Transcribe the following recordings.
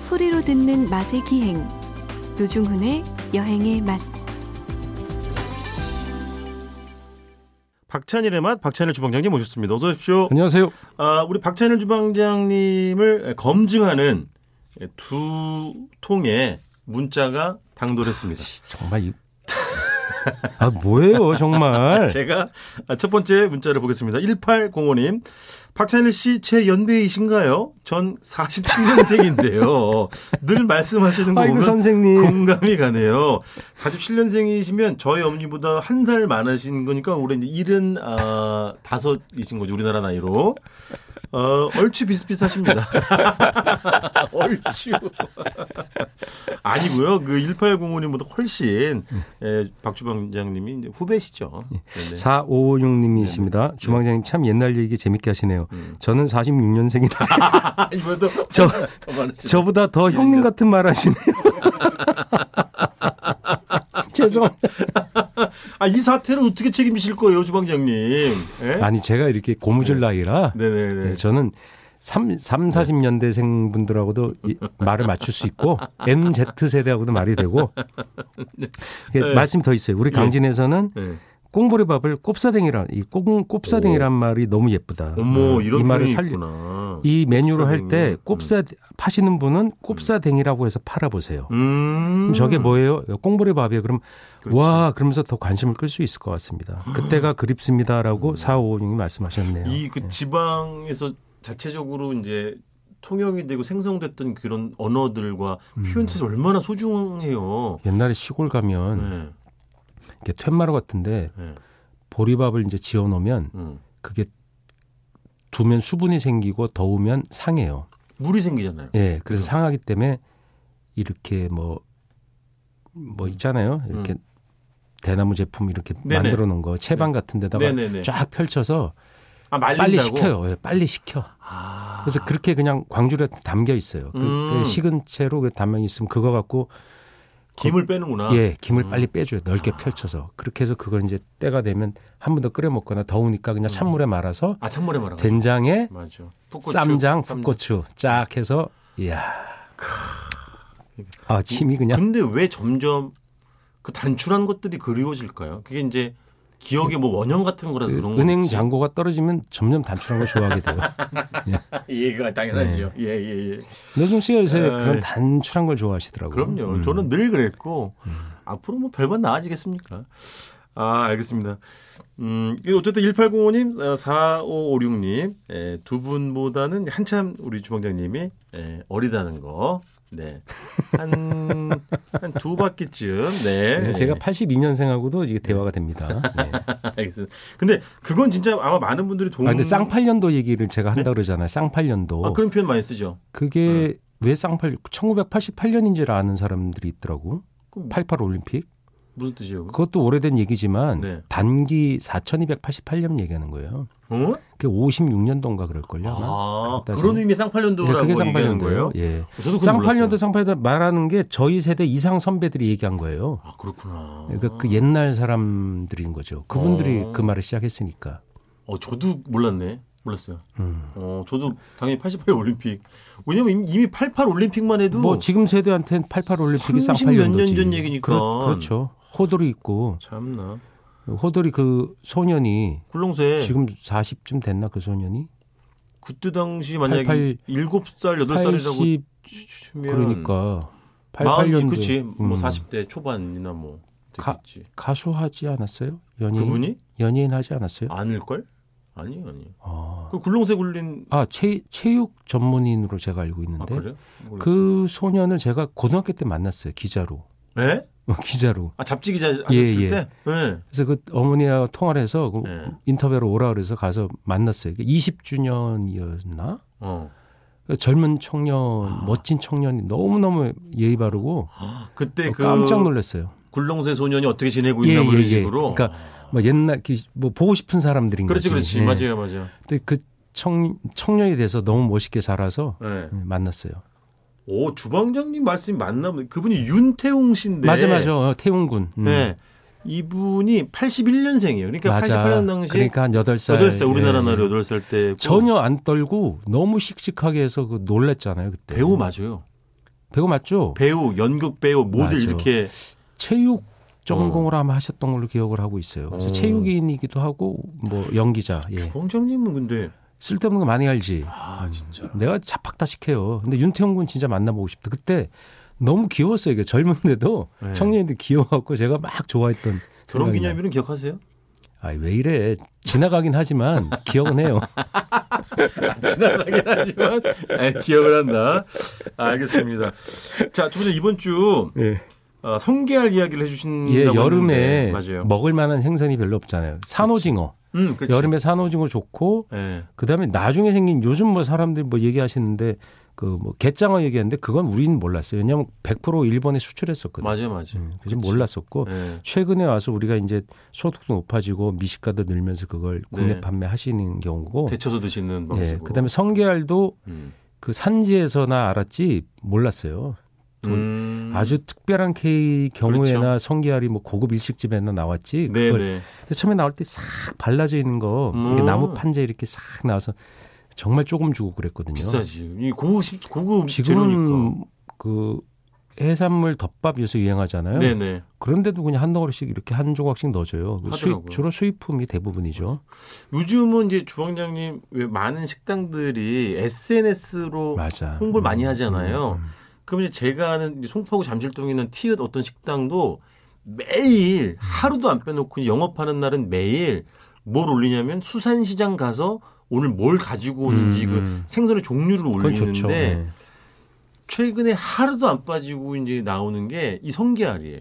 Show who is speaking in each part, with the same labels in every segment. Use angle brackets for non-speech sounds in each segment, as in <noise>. Speaker 1: 소리로 듣는 맛의 기행 노중훈의 여행의 맛
Speaker 2: 박찬일의 맛 박찬일 주방장님 모셨습니다. 어서 오십시오.
Speaker 3: 안녕하세요.
Speaker 2: 아, 우리 박찬일 주방장님을 검증하는 두 통의 문자가 당돌했습니다.
Speaker 3: 정말 이... <laughs> 아 뭐예요 정말
Speaker 2: <laughs> 제가 첫 번째 문자를 보겠습니다. 1805님. 박찬일 씨 제 연배이신가요? 전 <laughs> 47년생인데요. 늘 말씀하시는 거
Speaker 3: 아이고,
Speaker 2: 보면
Speaker 3: 선생님.
Speaker 2: 공감이 가네요. 47년생이시면 저희 어머니보다 한 살 많으신 거니까 올해 이제 75이신 거죠. 우리나라 나이로. 어, 얼추 비슷비슷하십니다. <laughs> 얼추. <laughs> 아니고요. 그 1805님보다 훨씬 예, 박주방장님이 이제 후배시죠. 네네. 네,
Speaker 3: 4556님이십니다. 주방장님 참 옛날 얘기 재밌게 하시네요.
Speaker 2: 음.
Speaker 3: 저는 46년생인데
Speaker 2: <laughs> 아, 이번에도
Speaker 3: <laughs> 저,
Speaker 2: 더 많으시죠.
Speaker 3: 저보다 더 형님 같은
Speaker 2: <laughs>
Speaker 3: 말 하시네요. 죄송합니다.
Speaker 2: 아, 이 사태를 어떻게 책임지실 거예요, 주방장님? 예?
Speaker 3: 아니 제가 이렇게 고무줄 나이라
Speaker 2: 네네네.
Speaker 3: 네, 저는 3, 삼 40년대생 분들하고도 이- 말을 맞출 수 있고 MZ세대하고도 말이 되고 이게
Speaker 2: <laughs> 네.
Speaker 3: 말씀이 더 있어요. 우리 강진에서는
Speaker 2: 네.
Speaker 3: 꽁보리밥을 꼽사댕이란 이 꽁, 꼽사댕이란 말이 너무 예쁘다.
Speaker 2: 어머,
Speaker 3: 어,
Speaker 2: 이런
Speaker 3: 이 말을
Speaker 2: 표현이
Speaker 3: 살려
Speaker 2: 있구나.
Speaker 3: 이 메뉴를 할 때
Speaker 2: 꼽사댕이.
Speaker 3: 꼽사 파시는 분은 꼽사댕이라고 해서 팔아 보세요.
Speaker 2: 음.
Speaker 3: 저게 뭐예요? 꽁보리밥이에요. 그럼 와 그러면서 더 관심을 끌 수 있을 것 같습니다. 그때가 그립습니다라고 4556이 말씀하셨네요.
Speaker 2: 음. 이 그 지방에서 자체적으로 이제 통용이 되고 생성됐던 그런 언어들과
Speaker 3: 음.
Speaker 2: 표현들이 얼마나 소중해요.
Speaker 3: 옛날에 시골 가면
Speaker 2: 네.
Speaker 3: 이렇게 퇴마루 같은데
Speaker 2: 네.
Speaker 3: 보리밥을 이제 지어 놓으면
Speaker 2: 음.
Speaker 3: 그게 두면 수분이 생기고 더우면 상해요.
Speaker 2: 물이 생기잖아요.
Speaker 3: 예, 그래서 상하기 때문에 이렇게 뭐 뭐 있잖아요. 이렇게 대나무 제품 이렇게
Speaker 2: 음. 네네.
Speaker 3: 만들어 놓은 거 채반 같은 데다가
Speaker 2: 네네네.
Speaker 3: 쫙 펼쳐서
Speaker 2: 아,
Speaker 3: 빨리
Speaker 2: 말린다고.
Speaker 3: 식혀요. 예, 빨리 식혀.
Speaker 2: 아.
Speaker 3: 그래서 그렇게 그냥 광주에 담겨 있어요. 그, 그
Speaker 2: 음.
Speaker 3: 식은 채로 그 담아 있으면 그거 갖고
Speaker 2: 김을 빼는구나.
Speaker 3: 예, 김을
Speaker 2: 음.
Speaker 3: 빨리 빼줘요. 넓게 펼쳐서 그렇게 해서 그걸 이제 때가 되면 한 번 더 끓여 먹거나 더우니까 그냥 찬물에 말아서
Speaker 2: 아, 찬물에 음. 말아.
Speaker 3: 된장에
Speaker 2: 맞아.
Speaker 3: 쌈장, 풋고추 쫙 해서 이야. 아 침이 그냥
Speaker 2: 근데 왜 점점 그 단출한 것들이 그리워질까요? 그게 이제 기억의 뭐 원형 같은 거라서
Speaker 3: 그
Speaker 2: 그런 거지.
Speaker 3: 은행
Speaker 2: <laughs>
Speaker 3: 잔고가 떨어지면 점점 단출한 걸 좋아하게 돼요.
Speaker 2: 예가 당연하죠.
Speaker 3: 네.
Speaker 2: 예, 예, 예.
Speaker 3: 노중 씨가 요새
Speaker 2: 에이.
Speaker 3: 그런 단출한 걸 좋아하시더라고요.
Speaker 2: 그럼요.
Speaker 3: 음.
Speaker 2: 저는 늘 그랬고 앞으로 뭐 별반 나아지겠습니까? 아, 알겠습니다. 음, 이거 어쨌든 1805님, 4556님 예, 두 분보다는 한참 우리 주방장님이 예, 어리다는 거. 네. 한, 한 두 바퀴쯤. 네.
Speaker 3: 네, 제가 82년생하고도 이게 대화가 됩니다. 네.
Speaker 2: 알겠습니다. 근데 그건 진짜 아마 많은 분들이
Speaker 3: 아,
Speaker 2: 도움.
Speaker 3: 근데 쌍팔년도 어. 얘기를 제가 한다 그러잖아요. 쌍팔년도.
Speaker 2: 음. 네. 아, 음. 그런 표현 많이 쓰죠.
Speaker 3: 그게왜 쌍팔 1988년인지를 아는 사람들이 있더라고.
Speaker 2: 그럼 뭐
Speaker 3: 88 올림픽.
Speaker 2: 무슨 뜻이에요?
Speaker 3: 그것도 오래된 얘기지만
Speaker 2: 네.
Speaker 3: 단기 4288년 얘기하는 거예요.
Speaker 2: 어?
Speaker 3: 그게 56년도인가 그럴 걸요.
Speaker 2: 아, 그런 의미의 쌍팔년도라고
Speaker 3: 예, 네, 그게
Speaker 2: 얘기하는 거예요?
Speaker 3: 쌍팔년도예요. 예.
Speaker 2: 저도 그건
Speaker 3: 쌍팔년도
Speaker 2: 몰랐어요.
Speaker 3: 쌍팔년도 말하는 게 저희 세대 이상 선배들이 얘기한 거예요.
Speaker 2: 아, 그렇구나.
Speaker 3: 그러니까 그 옛날 사람들인 거죠. 그분들이
Speaker 2: 아. 어.
Speaker 3: 그 말을 시작했으니까.
Speaker 2: 어, 저도 몰랐네. 몰랐어요.
Speaker 3: 음.
Speaker 2: 어, 저도 당연히 88 올림픽. 왜냐면 이미- 이미 88 올림픽만 해도
Speaker 3: 뭐 지금 세대한테는 88 올림픽이
Speaker 2: 30
Speaker 3: 쌍팔년도지.
Speaker 2: 몇년전 얘기니까.
Speaker 3: 그렇, 그렇죠. 호돌이 있고
Speaker 2: 참나.
Speaker 3: 호돌이 그 소년이
Speaker 2: 굴렁쇠
Speaker 3: 지금 40쯤 됐나 그 소년이?
Speaker 2: 그때 당시 만약에
Speaker 3: 88
Speaker 2: 일곱 살 여덟 살이라고
Speaker 3: 80
Speaker 2: 치면
Speaker 3: 그러니까
Speaker 2: 마흔이
Speaker 3: 88년도 음.
Speaker 2: 그치. 뭐 40대 초반이나 뭐
Speaker 3: 가-
Speaker 2: 됐겠지.
Speaker 3: 가수 하지 않았어요? 연예인
Speaker 2: 그분이
Speaker 3: 연예인 하지 않았어요?
Speaker 2: 아닐 걸? 아니요, 아니요.
Speaker 3: 아,
Speaker 2: 그 굴렁쇠 굴린
Speaker 3: 아, 체, 체육 전문인으로 제가 알고
Speaker 2: 아
Speaker 3: 있는데
Speaker 2: 그래? 모르겠어요.
Speaker 3: 그 소년을 제가 고등학교 때 만났어요 기자로 <laughs>
Speaker 2: 예?
Speaker 3: 기자로
Speaker 2: 아 잡지 기자 하셨을
Speaker 3: 예, 예.
Speaker 2: 때? 예.
Speaker 3: 그래서 그 어머니와 통화를 해서 그
Speaker 2: 네.
Speaker 3: 인터뷰로 오라 그래서 가서 만났어요 20주년이었나 그
Speaker 2: 어.
Speaker 3: 젊은
Speaker 2: 아.
Speaker 3: 청년 멋진 청년이 너무너무 예의 바르고
Speaker 2: 그때 그
Speaker 3: 어, 깜짝 놀랐어요 예,
Speaker 2: 굴렁쇠 소년이 어떻게 지내고 있나 뭐 이런 식으로.
Speaker 3: 그러니까 뭐 옛날 기- 뭐 보고 싶은 사람들인
Speaker 2: 그렇지,
Speaker 3: 거지.
Speaker 2: 그렇지.
Speaker 3: 예.
Speaker 2: 맞아요, 맞아요.
Speaker 3: 근데 그 청, 청년이 돼서 너무 멋있게 자라서
Speaker 2: 예.
Speaker 3: 만났어요.
Speaker 2: 오 주방장님 말씀이 맞나 보네. 그분이 윤태웅 씨인데.
Speaker 3: 맞아 맞아 어, 태웅군. 음.
Speaker 2: 네. 이분이 81년생이에요. 그러니까 88년 당시
Speaker 3: 그러니까 한 8살.
Speaker 2: 8살 우리나라
Speaker 3: 예,
Speaker 2: 나이로
Speaker 3: 예.
Speaker 2: 8살 때
Speaker 3: 전혀 안 떨고 너무 씩씩하게 해서 그 놀랬잖아요 그때.
Speaker 2: 배우 맞아요.
Speaker 3: 배우 맞죠?
Speaker 2: 배우, 연극 배우 모두
Speaker 3: 맞아.
Speaker 2: 이렇게
Speaker 3: 체육 전공을 아마 하셨던 걸로 기억을 하고 있어요. 그래서
Speaker 2: 어. 그
Speaker 3: 체육인이기도 하고 뭐 연기자. 예.
Speaker 2: 주방장님은 근데
Speaker 3: 쓸데없는 거 많이 알지.
Speaker 2: 아 진짜
Speaker 3: 내가 자팍다식해요. 근데 윤태영 군 진짜 만나보고 싶다. 그때 너무 귀여웠어요. 이게 젊은데도
Speaker 2: 네.
Speaker 3: 청년인데 귀여워갖고 제가 막 좋아했던.
Speaker 2: 결혼
Speaker 3: 생각이 나요.
Speaker 2: 기념일은 기억하세요? <laughs>
Speaker 3: 아이 왜 이래 지나가긴 하지만 <laughs> 기억은 해요.
Speaker 2: 지나가긴 하지만 네, 기억을 한다. 알겠습니다. 자, 첫 번째 이번 주
Speaker 3: 예,
Speaker 2: 어, 성게알 이야기를 해주신다고
Speaker 3: 여름에
Speaker 2: 했는데, 음, 맞아요.
Speaker 3: 먹을 만한 생선이 별로 없잖아요. 산오징어
Speaker 2: 음, 그렇지.
Speaker 3: 여름에 산오징어 좋고
Speaker 2: 예.
Speaker 3: 그다음에 나중에 생긴 요즘 뭐 사람들이 뭐 얘기하시는데 그 뭐 갯장어 얘기하는데 그건 우리는 몰랐어요. 왜냐하면 100% 일본에 수출했었거든요. 음,
Speaker 2: 맞아요, 맞아요.
Speaker 3: 그래서 몰랐었고
Speaker 2: 예.
Speaker 3: 최근에 와서 우리가 이제 소득도 높아지고 미식가도 늘면서 그걸 국내
Speaker 2: 네.
Speaker 3: 판매하시는 경우고
Speaker 2: 데쳐서 드시는
Speaker 3: 예,
Speaker 2: 방식으로.
Speaker 3: 그다음에 성게알도
Speaker 2: 음.
Speaker 3: 그 산지에서나 알았지 몰랐어요. 돈-
Speaker 2: 음.
Speaker 3: 아주 특별한 케이 경우에나
Speaker 2: 그렇죠.
Speaker 3: 성게알이 뭐 고급 일식집에나 나왔지.
Speaker 2: 네,
Speaker 3: 그걸
Speaker 2: 네.
Speaker 3: 그래서 처음에 나올 때 싹 발라져 있는 거 이게
Speaker 2: 음.
Speaker 3: 나무 판자 이렇게 싹 나와서 정말 조금 주고 그랬거든요.
Speaker 2: 비싸지. 이 고급 식- 고급 재료니까.
Speaker 3: 지금은 그 해산물 덮밥 요새 유행하잖아요.
Speaker 2: 네, 네.
Speaker 3: 그런데도 그냥 한 덩어리씩 이렇게 한 조각씩 넣어줘요. 그
Speaker 2: 하더라고요.
Speaker 3: 수입, 주로 수입품이 대부분이죠.
Speaker 2: 요즘은 이제 주방장님 왜 많은 식당들이 SNS로
Speaker 3: 맞아.
Speaker 2: 홍보를 많이 하잖아요.
Speaker 3: 음, 음.
Speaker 2: 그럼 이제 제가 아는 이제 송파구 잠실동에 있는 티읕 어떤 식당도 매일 하루도 안 빼놓고 영업하는 날은 매일 뭘 올리냐면 수산시장 가서 오늘 뭘 가지고 오는지
Speaker 3: 음,
Speaker 2: 그
Speaker 3: 음.
Speaker 2: 생선의 종류를
Speaker 3: 그건 좋죠.
Speaker 2: 올리는데
Speaker 3: 네.
Speaker 2: 최근에 하루도 안 빠지고 이제 나오는 게 이 성게알이에요.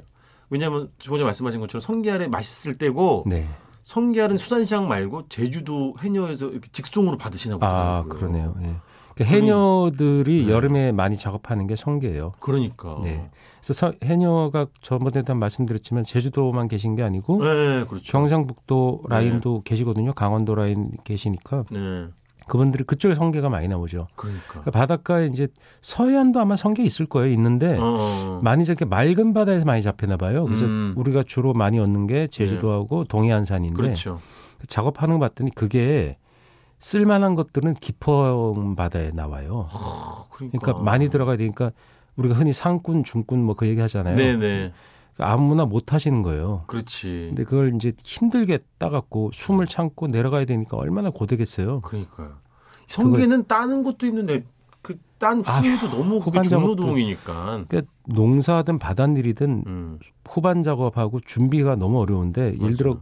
Speaker 2: 왜냐하면 조금 전에 말씀하신 것처럼 성게알이 맛있을 때고
Speaker 3: 네.
Speaker 2: 성게알은 수산시장 말고 제주도 해녀에서 이렇게 직송으로 받으시나 보더라고요.
Speaker 3: 아 그러네요. 예. 그러니까 해녀들이
Speaker 2: 네.
Speaker 3: 여름에 많이 작업하는 게 성게예요.
Speaker 2: 그러니까.
Speaker 3: 네. 그래서 서- 해녀가 저번에도 한 말씀드렸지만 제주도만 계신 게 아니고
Speaker 2: 네, 그렇죠.
Speaker 3: 경상북도 라인도 계시거든요. 강원도 라인 계시니까
Speaker 2: 네,
Speaker 3: 그분들이 그쪽에 성게가 많이 나오죠.
Speaker 2: 그러니까.
Speaker 3: 그러니까 바닷가에 이제 서해안도 아마 성게 있을 거예요. 있는데
Speaker 2: 어, 어.
Speaker 3: 많이 저렇게 맑은 바다에서 많이 잡히나 봐요. 그래서
Speaker 2: 음. 네.
Speaker 3: 우리가 주로 많이 얻는 게 제주도하고 동해안산인데
Speaker 2: 그렇죠.
Speaker 3: 작업하는 거 봤더니 그게 쓸만한 것들은 깊은 바다에 나와요.
Speaker 2: 아, 그러니까.
Speaker 3: 그러니까 많이 들어가야 되니까 우리가 흔히 상군, 중군 뭐 그 얘기 하잖아요.
Speaker 2: 네네.
Speaker 3: 아무나 못 하시는 거예요.
Speaker 2: 그렇지.
Speaker 3: 근데 그걸 이제 힘들게 따갖고
Speaker 2: 예.
Speaker 3: 숨을 참고 내려가야 되니까 얼마나 고되겠어요.
Speaker 2: 그러니까요. 성게는 따는 것도 힘든데 그 딴
Speaker 3: 아휴,
Speaker 2: 후에도 너무 그게
Speaker 3: 후반 작업도.
Speaker 2: 중노동이니까.
Speaker 3: 그러니까 농사든 바닷일이든
Speaker 2: 음,
Speaker 3: 후반 작업하고 준비가 너무 어려운데 예를 들어 음.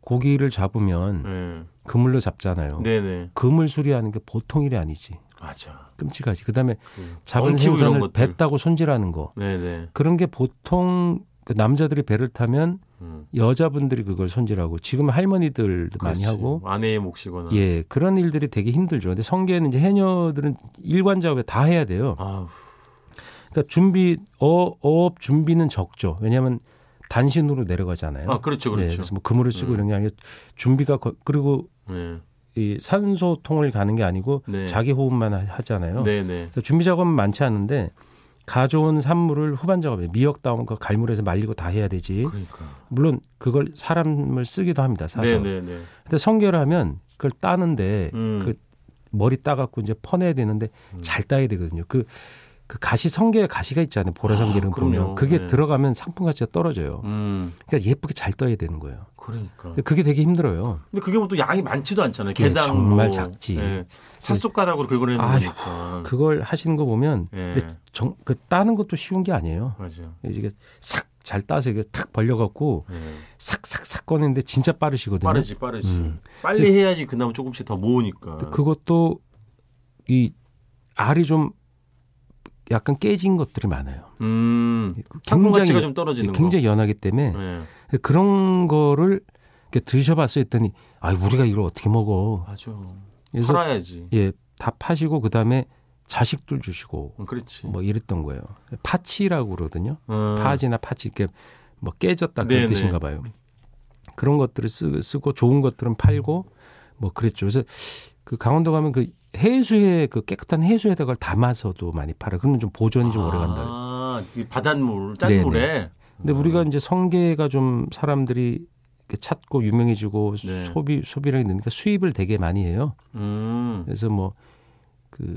Speaker 3: 고기를 잡으면
Speaker 2: 네.
Speaker 3: 그물로 잡잖아요.
Speaker 2: 네네.
Speaker 3: 그물 수리하는 게 보통 일이 아니지.
Speaker 2: 맞아.
Speaker 3: 끔찍하지. 그다음에
Speaker 2: 그
Speaker 3: 잡은
Speaker 2: 엉키고 이런
Speaker 3: 생선을
Speaker 2: 것들.
Speaker 3: 뱉다고 손질하는 거.
Speaker 2: 네네.
Speaker 3: 그런 게 보통 그 남자들이 배를 타면
Speaker 2: 음,
Speaker 3: 여자분들이 그걸 손질하고 지금 할머니들도 많이
Speaker 2: 그렇지.
Speaker 3: 하고
Speaker 2: 아내의 몫이거나.
Speaker 3: 예 그런 일들이 되게 힘들죠. 근데 성게는 이제 해녀들은 일관 작업에 다 해야 돼요.
Speaker 2: 아우,
Speaker 3: 그러니까 준비 어, 어업 준비는 적죠. 왜냐하면 단신으로 내려가잖아요.
Speaker 2: 아 그렇죠,
Speaker 3: 예,
Speaker 2: 그렇죠.
Speaker 3: 그래서 뭐 그물을 쓰고
Speaker 2: 음.
Speaker 3: 이런 게 아니고 준비가 거- 그리고
Speaker 2: 네,
Speaker 3: 이 산소통을 가는 게 아니고
Speaker 2: 네.
Speaker 3: 자기 호흡만 하- 하잖아요.
Speaker 2: 네네.
Speaker 3: 그러니까 준비 작업은 많지 않은데 가져온 산물을 후반 작업에 미역 다운 거 갈물에서 말리고 다 해야 되지.
Speaker 2: 그러니까.
Speaker 3: 물론 그걸 사람을 쓰기도 합니다. 예. 사서.
Speaker 2: 네네네.
Speaker 3: 근데 성게를 하면 그걸 따는데
Speaker 2: 음.
Speaker 3: 그 머리 따갖고 이제 퍼내야 되는데 잘 따야 되거든요. 그, 그 가시 성게 가시가 있잖아요. 보라 성게는
Speaker 2: 그럼요.
Speaker 3: 보면 그게
Speaker 2: 네.
Speaker 3: 들어가면 상품 가치가 떨어져요.
Speaker 2: 음,
Speaker 3: 그러니까 예쁘게 잘 떠야 되는 거예요.
Speaker 2: 그러니까.
Speaker 3: 그게 되게 힘들어요.
Speaker 2: 근데 그게 뭐또 양이 많지도 않잖아요.
Speaker 3: 예,
Speaker 2: 개당
Speaker 3: 정말
Speaker 2: 뭐,
Speaker 3: 작지.
Speaker 2: 예, 삿숟가락으로 긁어내는
Speaker 3: 아유,
Speaker 2: 거니까.
Speaker 3: 그걸 하시는 거 보면
Speaker 2: 예.
Speaker 3: 근데 정, 그 따는 것도 쉬운 게 아니에요.
Speaker 2: 맞아요.
Speaker 3: 이게 싹 잘 따서 이게 탁 벌려갖고
Speaker 2: 예.
Speaker 3: 싹싹싹 꺼내는데 진짜 빠르시거든요.
Speaker 2: 빠르지 빠르지
Speaker 3: 음.
Speaker 2: 빨리 해야지 그나마 조금씩 더 모으니까
Speaker 3: 근데 그것도 이 알이 좀 약간 깨진 것들이 많아요.
Speaker 2: 음, 상품 가치가 좀 떨어지는
Speaker 3: 굉장히 연하기 때문에
Speaker 2: 거 네.
Speaker 3: 예, 그런 거를 이렇게 드셔봤어 했더니 아 우리가 이걸 어떻게 먹어?
Speaker 2: 맞아
Speaker 3: 그래서
Speaker 2: 팔아야지
Speaker 3: 예 다 파시고 그 다음에 자식들 주시고
Speaker 2: 음, 그렇지
Speaker 3: 뭐 이랬던 거예요. 파치라고 그러거든요.
Speaker 2: 음,
Speaker 3: 파지나 파치 이렇게 뭐 깨졌다 그런
Speaker 2: 네네.
Speaker 3: 뜻인가 봐요. 그런 것들을 쓰, 쓰고 좋은 것들은 팔고 뭐 그랬죠. 그래서 그 강원도 가면 그 해수에 그 깨끗한 해수에다가 그걸 담아서도 많이 팔아. 그러면 좀 보존이 좀 오래 간다.
Speaker 2: 아, 이 바닷물
Speaker 3: 네네.
Speaker 2: 짠물에
Speaker 3: 근데 우리가 이제 성게가 좀 사람들이 이렇게 찾고 유명해지고
Speaker 2: 네.
Speaker 3: 소비 소비량이 느니까 수입을 되게 많이 해요.
Speaker 2: 음,
Speaker 3: 그래서 뭐 그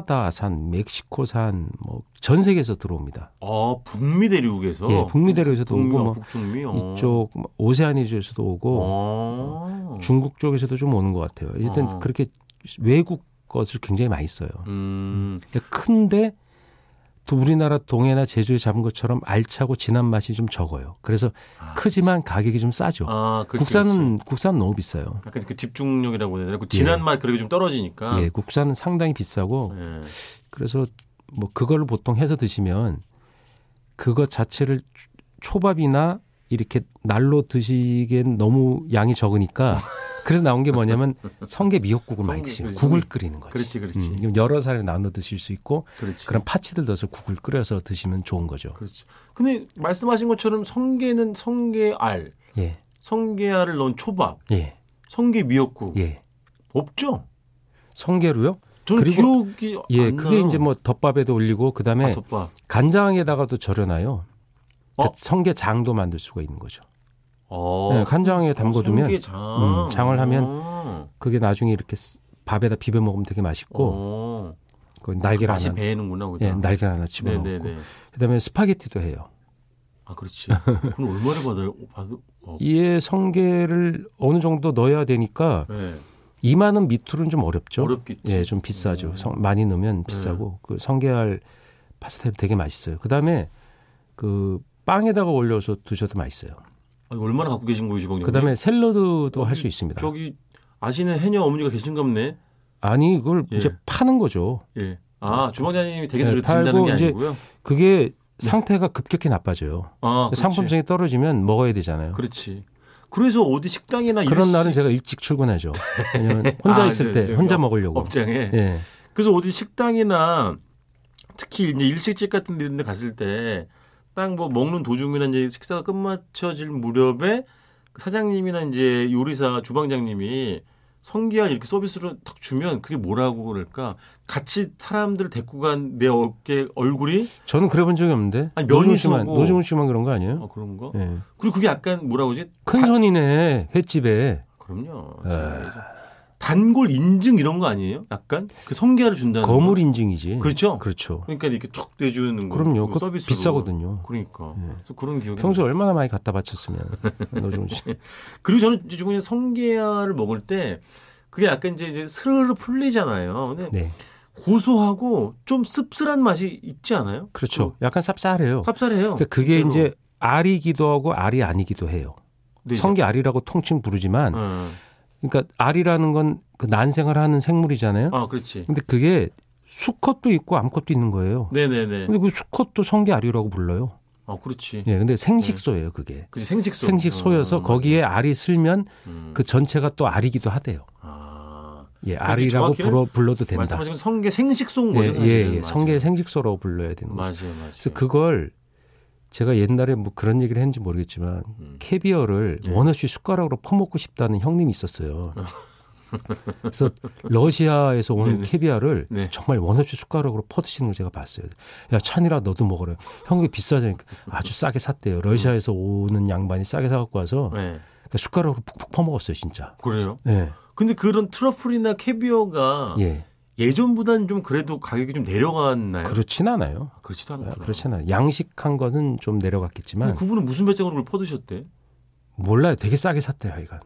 Speaker 3: 카나다산, 멕시코산, 뭐 전 세계에서 들어옵니다.
Speaker 2: 아 북미 대륙에서
Speaker 3: 예, 북미 대륙에서도
Speaker 2: 어, 북미,
Speaker 3: 오고 뭐
Speaker 2: 북중미 어.
Speaker 3: 이쪽 뭐 오세아니아에서도 오고
Speaker 2: 어.
Speaker 3: 중국 쪽에서도 좀 오는 것 같아요. 일단
Speaker 2: 어.
Speaker 3: 그렇게 외국 것을 굉장히 많이 써요.
Speaker 2: 음.
Speaker 3: 근데 큰데 또 우리나라 동해나 제주에 잡은 것처럼 알차고 진한 맛이 좀 적어요. 그래서
Speaker 2: 아.
Speaker 3: 크지만 가격이 좀 싸죠.
Speaker 2: 아, 그렇지, 그렇지.
Speaker 3: 국산은 국산 너무 비싸요.
Speaker 2: 약간 그 집중력이라고 해야 되나? 그 진한
Speaker 3: 예.
Speaker 2: 맛 그렇게 좀 떨어지니까.
Speaker 3: 예, 국산은 상당히 비싸고
Speaker 2: 예. <laughs>
Speaker 3: 그래서 뭐 그걸 보통 해서 드시면 그것 자체를 초- 초밥이나 이렇게 날로 드시기엔 너무 양이 적으니까
Speaker 2: <laughs>
Speaker 3: 그래서 나온 게 뭐냐면 성게 미역국을 많이
Speaker 2: 성게,
Speaker 3: 드시면
Speaker 2: 그렇지.
Speaker 3: 국을 끓이는 거지.
Speaker 2: 그렇지, 그렇지.
Speaker 3: 음, 여러 살에 나눠 드실 수 있고
Speaker 2: 그렇지.
Speaker 3: 그런 파츠들 넣어서 국을 끓여서 드시면 좋은 거죠.
Speaker 2: 그렇지. 근데 말씀하신 것처럼 성게는 성게알,
Speaker 3: 예,
Speaker 2: 성게알을 넣은 초밥,
Speaker 3: 예,
Speaker 2: 성게 미역국
Speaker 3: 예.
Speaker 2: 없죠?
Speaker 3: 성게로요?
Speaker 2: 저는
Speaker 3: 그리고-
Speaker 2: 기억이
Speaker 3: 예,
Speaker 2: 안
Speaker 3: 그게
Speaker 2: 나요.
Speaker 3: 이제 뭐 네. 덮밥에도 올리고 그다음에
Speaker 2: 아, 덮밥.
Speaker 3: 간장에다가도 절여놔요. 그러니까
Speaker 2: 어?
Speaker 3: 성게장도 만들 수가 있는 거죠.
Speaker 2: 어.
Speaker 3: 네, 간장에 담궈두면
Speaker 2: 성게장.
Speaker 3: 음, 장을 하면
Speaker 2: 어.
Speaker 3: 그게 나중에 이렇게 쓰- 밥에다 비벼 먹으면 되게 맛있고
Speaker 2: 어.
Speaker 3: 그 날개를
Speaker 2: 맛이
Speaker 3: 하나
Speaker 2: 배는구나 거기다.
Speaker 3: 예, 날개를 하나 집어넣고
Speaker 2: 네네네.
Speaker 3: 그다음에 스파게티도 해요.
Speaker 2: 아 그렇지.
Speaker 3: <laughs>
Speaker 2: 그럼 얼마를 받아요? 받아. 어.
Speaker 3: 이에 성게를 어느 정도 넣어야 되니까
Speaker 2: 네.
Speaker 3: 2만 원 밑으로는 좀 어렵죠.
Speaker 2: 어렵겠지.
Speaker 3: 예, 좀 비싸죠.
Speaker 2: 음.
Speaker 3: 성- 많이 넣으면 비싸고 그 성게알 파스타도 되게 맛있어요. 그다음에 그 빵에다가 올려서 드셔도 맛있어요.
Speaker 2: 아니, 얼마나 갖고 계신 거예요, 주방님?
Speaker 3: 그다음에 샐러드도 할 수
Speaker 2: 저기-
Speaker 3: 있습니다.
Speaker 2: 저기 아시는 해녀 어머니가 계신갑네.
Speaker 3: 아니 이걸
Speaker 2: 예.
Speaker 3: 이제 파는 거죠.
Speaker 2: 예. 아 주방장님이 되게
Speaker 3: 네,
Speaker 2: 들려 드신다는 게
Speaker 3: 팔고 이제-
Speaker 2: 아니고요.
Speaker 3: 그게 상태가 급격히 나빠져요.
Speaker 2: 아 그렇지.
Speaker 3: 상품성이 떨어지면 먹어야 되잖아요.
Speaker 2: 그렇지. 그래서 어디 식당이나
Speaker 3: 그런
Speaker 2: 일식
Speaker 3: 날은 제가
Speaker 2: <laughs>
Speaker 3: 일찍 출근하죠. 왜냐면 혼자
Speaker 2: 아,
Speaker 3: 있을
Speaker 2: 이제
Speaker 3: 때 혼자
Speaker 2: 업-
Speaker 3: 먹으려고.
Speaker 2: 업장에.
Speaker 3: 예.
Speaker 2: 그래서 어디 식당이나 특히 이제 일식집 같은 데는 갔을 때 딱 뭐 먹는 도중이나 이제 식사가 끝마쳐질 무렵에 사장님이나 이제 요리사 주방장님이 성게알 이렇게 서비스로 탁 주면 그게 뭐라고 그럴까? 같이 사람들 데리고 간 내 어깨 얼굴이
Speaker 3: 저는 그래 본 적이 없는데.
Speaker 2: 아니, 면이
Speaker 3: 노중훈 씨만
Speaker 2: 심하고.
Speaker 3: 노중훈 씨만 그런 거 아니에요?
Speaker 2: 어 그런 거.
Speaker 3: 예.
Speaker 2: 그리고 그게 약간 뭐라고 그러지?
Speaker 3: 큰 손이네 횟집에.
Speaker 2: 그럼요.
Speaker 3: 에.
Speaker 2: 단골 인증 이런 거 아니에요? 약간 그 성게알을 준다는 거.
Speaker 3: 거물 인증이지.
Speaker 2: 그렇죠.
Speaker 3: 그렇죠.
Speaker 2: 그러니까 이렇게 툭 내주는 거.
Speaker 3: 그럼요.
Speaker 2: 그거
Speaker 3: 그
Speaker 2: 서비스로.
Speaker 3: 비싸거든요.
Speaker 2: 그러니까.
Speaker 3: 예.
Speaker 2: 그래서 그런 기억이.
Speaker 3: 평소 에 얼마나 많이 갖다 바쳤으면
Speaker 2: <laughs>
Speaker 3: 노중훈 씨.
Speaker 2: 그리고 저는 이제 중에 성게알을 먹을 때 그게 약간 이제, 이제 스르르 풀리잖아요. 근데
Speaker 3: 네.
Speaker 2: 고소하고 좀 씁쓸한 맛이 있지 않아요?
Speaker 3: 그렇죠. 약간 쌉쌀해요.
Speaker 2: 그 쌉쌀해요.
Speaker 3: 근데 그게
Speaker 2: 실제로.
Speaker 3: 이제 알이기도 하고 알이 아니기도 해요.
Speaker 2: 네, 이제.
Speaker 3: 성게 알이라고 통칭 부르지만
Speaker 2: 어.
Speaker 3: 그러니까 알이라는 건 그 난생을 하는 생물이잖아요.
Speaker 2: 아, 그렇지.
Speaker 3: 근데 그게 수컷도 있고 암컷도 있는 거예요.
Speaker 2: 네네네.
Speaker 3: 근데 그 수컷도 성게 알이라고 불러요.
Speaker 2: 아, 그렇지.
Speaker 3: 예, 근데 생식소예요, 그게.
Speaker 2: 그지 생식소.
Speaker 3: 생식소여서
Speaker 2: 어,
Speaker 3: 거기에 알이 슬면
Speaker 2: 네. 음.
Speaker 3: 그 전체가 또 알이기도 하대요.
Speaker 2: 아.
Speaker 3: 예,
Speaker 2: 그래서
Speaker 3: 알이라고
Speaker 2: 정확히는
Speaker 3: 불어, 불러도 된다.
Speaker 2: 말씀하신 건 성게 생식소인 거죠,
Speaker 3: 예, 예,
Speaker 2: 사실은.
Speaker 3: 예. 성게 생식소라고 불러야 되는 거죠.
Speaker 2: 맞아요, 맞아요.
Speaker 3: 그래서 그걸 제가 옛날에 뭐 그런 얘기를 했는지 모르겠지만
Speaker 2: 음.
Speaker 3: 캐비어를
Speaker 2: 예.
Speaker 3: 원없이 숟가락으로 퍼먹고 싶다는 형님이 있었어요. 그래서 러시아에서 오는
Speaker 2: 네네.
Speaker 3: 캐비아를
Speaker 2: 네.
Speaker 3: 정말 원없이 숟가락으로 퍼드시는 걸 제가 봤어요. 야 찬이라 너도 먹어라. 형이 비싸다니까 아주 싸게 샀대요. 러시아에서 오는 양반이 싸게 사갖고 와서
Speaker 2: 네.
Speaker 3: 그러니까 숟가락으로 푹푹 퍼먹었어요 진짜.
Speaker 2: 그래요.
Speaker 3: 예,
Speaker 2: 근데 그런 트러플이나 캐비어가
Speaker 3: 예,
Speaker 2: 예. 전보다는좀 그래도 가격이 좀 내려갔나요?
Speaker 3: 그렇진 않아요.
Speaker 2: 네. 그렇지도
Speaker 3: 아,
Speaker 2: 않구나. 네.
Speaker 3: 그렇잖아요. 양식한 것은 좀
Speaker 2: 근데
Speaker 3: 내려갔겠지만
Speaker 2: 그분은 무슨 배짱으로 그걸 퍼드셨대?
Speaker 3: 몰라요. 되게 싸게 샀대요. 하여간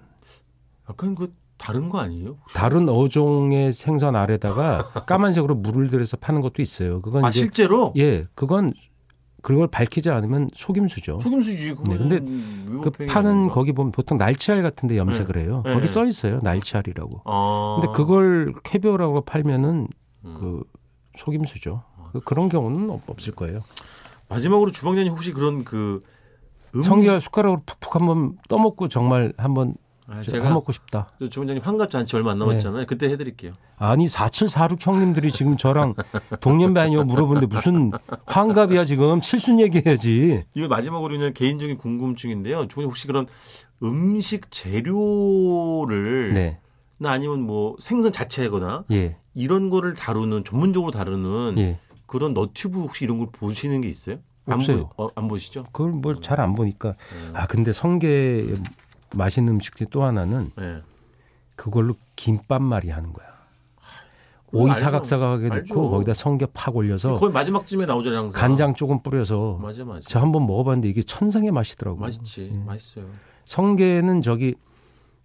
Speaker 2: 약간 그 다른 거 아니에요?
Speaker 3: 다른 어종의 생선 알에다가 까만색으로 물을 들여서 파는 것도 있어요. 그건
Speaker 2: 아
Speaker 3: 이제
Speaker 2: 실제로
Speaker 3: 예, 그건 그걸 밝히지 않으면 속임수죠.
Speaker 2: 속임수지
Speaker 3: 네,
Speaker 2: 그거는
Speaker 3: 근데 그
Speaker 2: 위법행위
Speaker 3: 파는
Speaker 2: 아닌가?
Speaker 3: 거기 보면 보통 날치알 같은데 염색을 해요.
Speaker 2: 네, 네.
Speaker 3: 거기 써 있어요. 날치알이라고.
Speaker 2: 아.
Speaker 3: 근데 그걸 캐비어라고 팔면은
Speaker 2: 음.
Speaker 3: 그 속임수죠. 그- 그런 경우는 없- 없을 거예요.
Speaker 2: 마지막으로 주방장님 혹시 그런 그 음식
Speaker 3: 성게알 숟가락으로 푹푹 한번 떠먹고 정말 한번
Speaker 2: 아,
Speaker 3: 제가
Speaker 2: 제가
Speaker 3: 먹고 싶다.
Speaker 2: 저 주방장님 환갑 잔치 얼마 안 남았잖아요.
Speaker 3: 네.
Speaker 2: 그때 해드릴게요.
Speaker 3: 아니 4746 형님들이 지금 저랑 동년배아니요 물어보는데 무슨 환갑이야 지금 칠순 얘기해야지.
Speaker 2: 이거 마지막으로 그냥 개인적인 궁금증인데요. 주방장님 혹시 그런 음식 재료를
Speaker 3: 네.
Speaker 2: 나 아니면 뭐 생선 자체거나
Speaker 3: 예.
Speaker 2: 이런 거를 다루는 전문적으로 다루는
Speaker 3: 예.
Speaker 2: 그런 너튜브 혹시 이런 걸 보시는 게 있어요? 안
Speaker 3: 없어요.
Speaker 2: 보, 어, 안 보시죠?
Speaker 3: 그걸 뭘 잘 안 보니까
Speaker 2: 음.
Speaker 3: 아 근데 성게 맛있는 음식 중에 또 하나는
Speaker 2: 예.
Speaker 3: 그걸로 김밥 말이 하는 거야. 오이
Speaker 2: 알죠.
Speaker 3: 사각사각하게
Speaker 2: 알죠. 그
Speaker 3: 넣고 거기다 성게 팍 올려서
Speaker 2: 거의 마지막쯤에 나오잖아요, 항상.
Speaker 3: 간장 조금 뿌려서
Speaker 2: 맞아, 맞아.
Speaker 3: 제가 한번 먹어봤는데 이게 천상의 맛이더라고요. 예.
Speaker 2: 맛있지, 맛있어요.
Speaker 3: 성게는 저기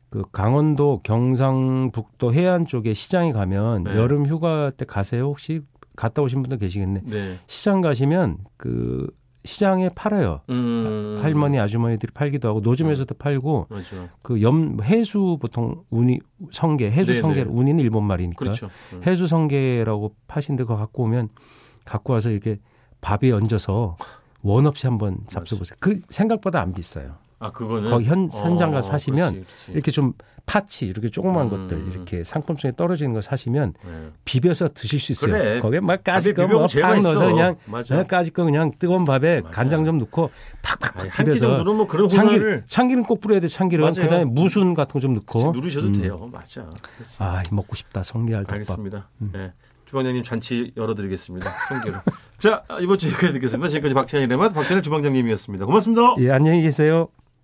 Speaker 3: 그 강원도 경상북도 해안 쪽에 시장에 가면
Speaker 2: 네.
Speaker 3: 여름 휴가 때 가세요 혹시 갔다 오신 분들 계시겠네.
Speaker 2: 네.
Speaker 3: 시장 가시면 그 시장에 팔아요.
Speaker 2: 음.
Speaker 3: 할머니 아주머니들이 팔기도 하고 노점에서도 팔고
Speaker 2: 맞죠.
Speaker 3: 그 염 해수 보통 우니 성게 해수
Speaker 2: 네,
Speaker 3: 성게
Speaker 2: 네.
Speaker 3: 우니는 일본 말이니까
Speaker 2: 그렇죠. 음.
Speaker 3: 해수 성게라고 파신데 그거 갖고 오면 갖고 와서 이렇게 밥에 얹어서 원 없이 한번 잡숴보세요. 그 생각보다 안 비싸요.
Speaker 2: 아, 그거는
Speaker 3: 거기 현- 현장 가서
Speaker 2: 어,
Speaker 3: 사시면
Speaker 2: 그렇지, 그렇지.
Speaker 3: 이렇게 좀 파치 이렇게 조그만
Speaker 2: 음.
Speaker 3: 것들 이렇게 상품성이 떨어지는 거 사시면
Speaker 2: 네.
Speaker 3: 비벼서 드실 수 있어요.
Speaker 2: 그래.
Speaker 3: 거기에 막 까짓
Speaker 2: 근데 비벼면 제일
Speaker 3: 거뭐팍 넣어서
Speaker 2: 맛있어.
Speaker 3: 그냥
Speaker 2: 맞아.
Speaker 3: 네, 까짓 거 그냥 뜨거운 밥에
Speaker 2: 맞아.
Speaker 3: 간장 좀 넣고 팍팍팍
Speaker 2: 아니, 한끼
Speaker 3: 비벼서
Speaker 2: 정도는 뭐 그런
Speaker 3: 참기름
Speaker 2: 호사를
Speaker 3: 참기름 꼭 뿌려야 돼 참기름
Speaker 2: 맞아요.
Speaker 3: 그다음에 무순 같은 거 좀 넣고
Speaker 2: 누르셔도
Speaker 3: 음.
Speaker 2: 돼요. 맞아. 그렇지.
Speaker 3: 아 음. 먹고 싶다 성게알 덮밥
Speaker 2: 알겠습니다. 네. 주방장님 잔치 열어드리겠습니다. <laughs> 손기로. 자 이번 주 여기까지 듣겠습니다. 지금까지 박찬일의 맛 박찬일 주방장님이었습니다. 고맙습니다.
Speaker 3: 예 안녕히 계세요.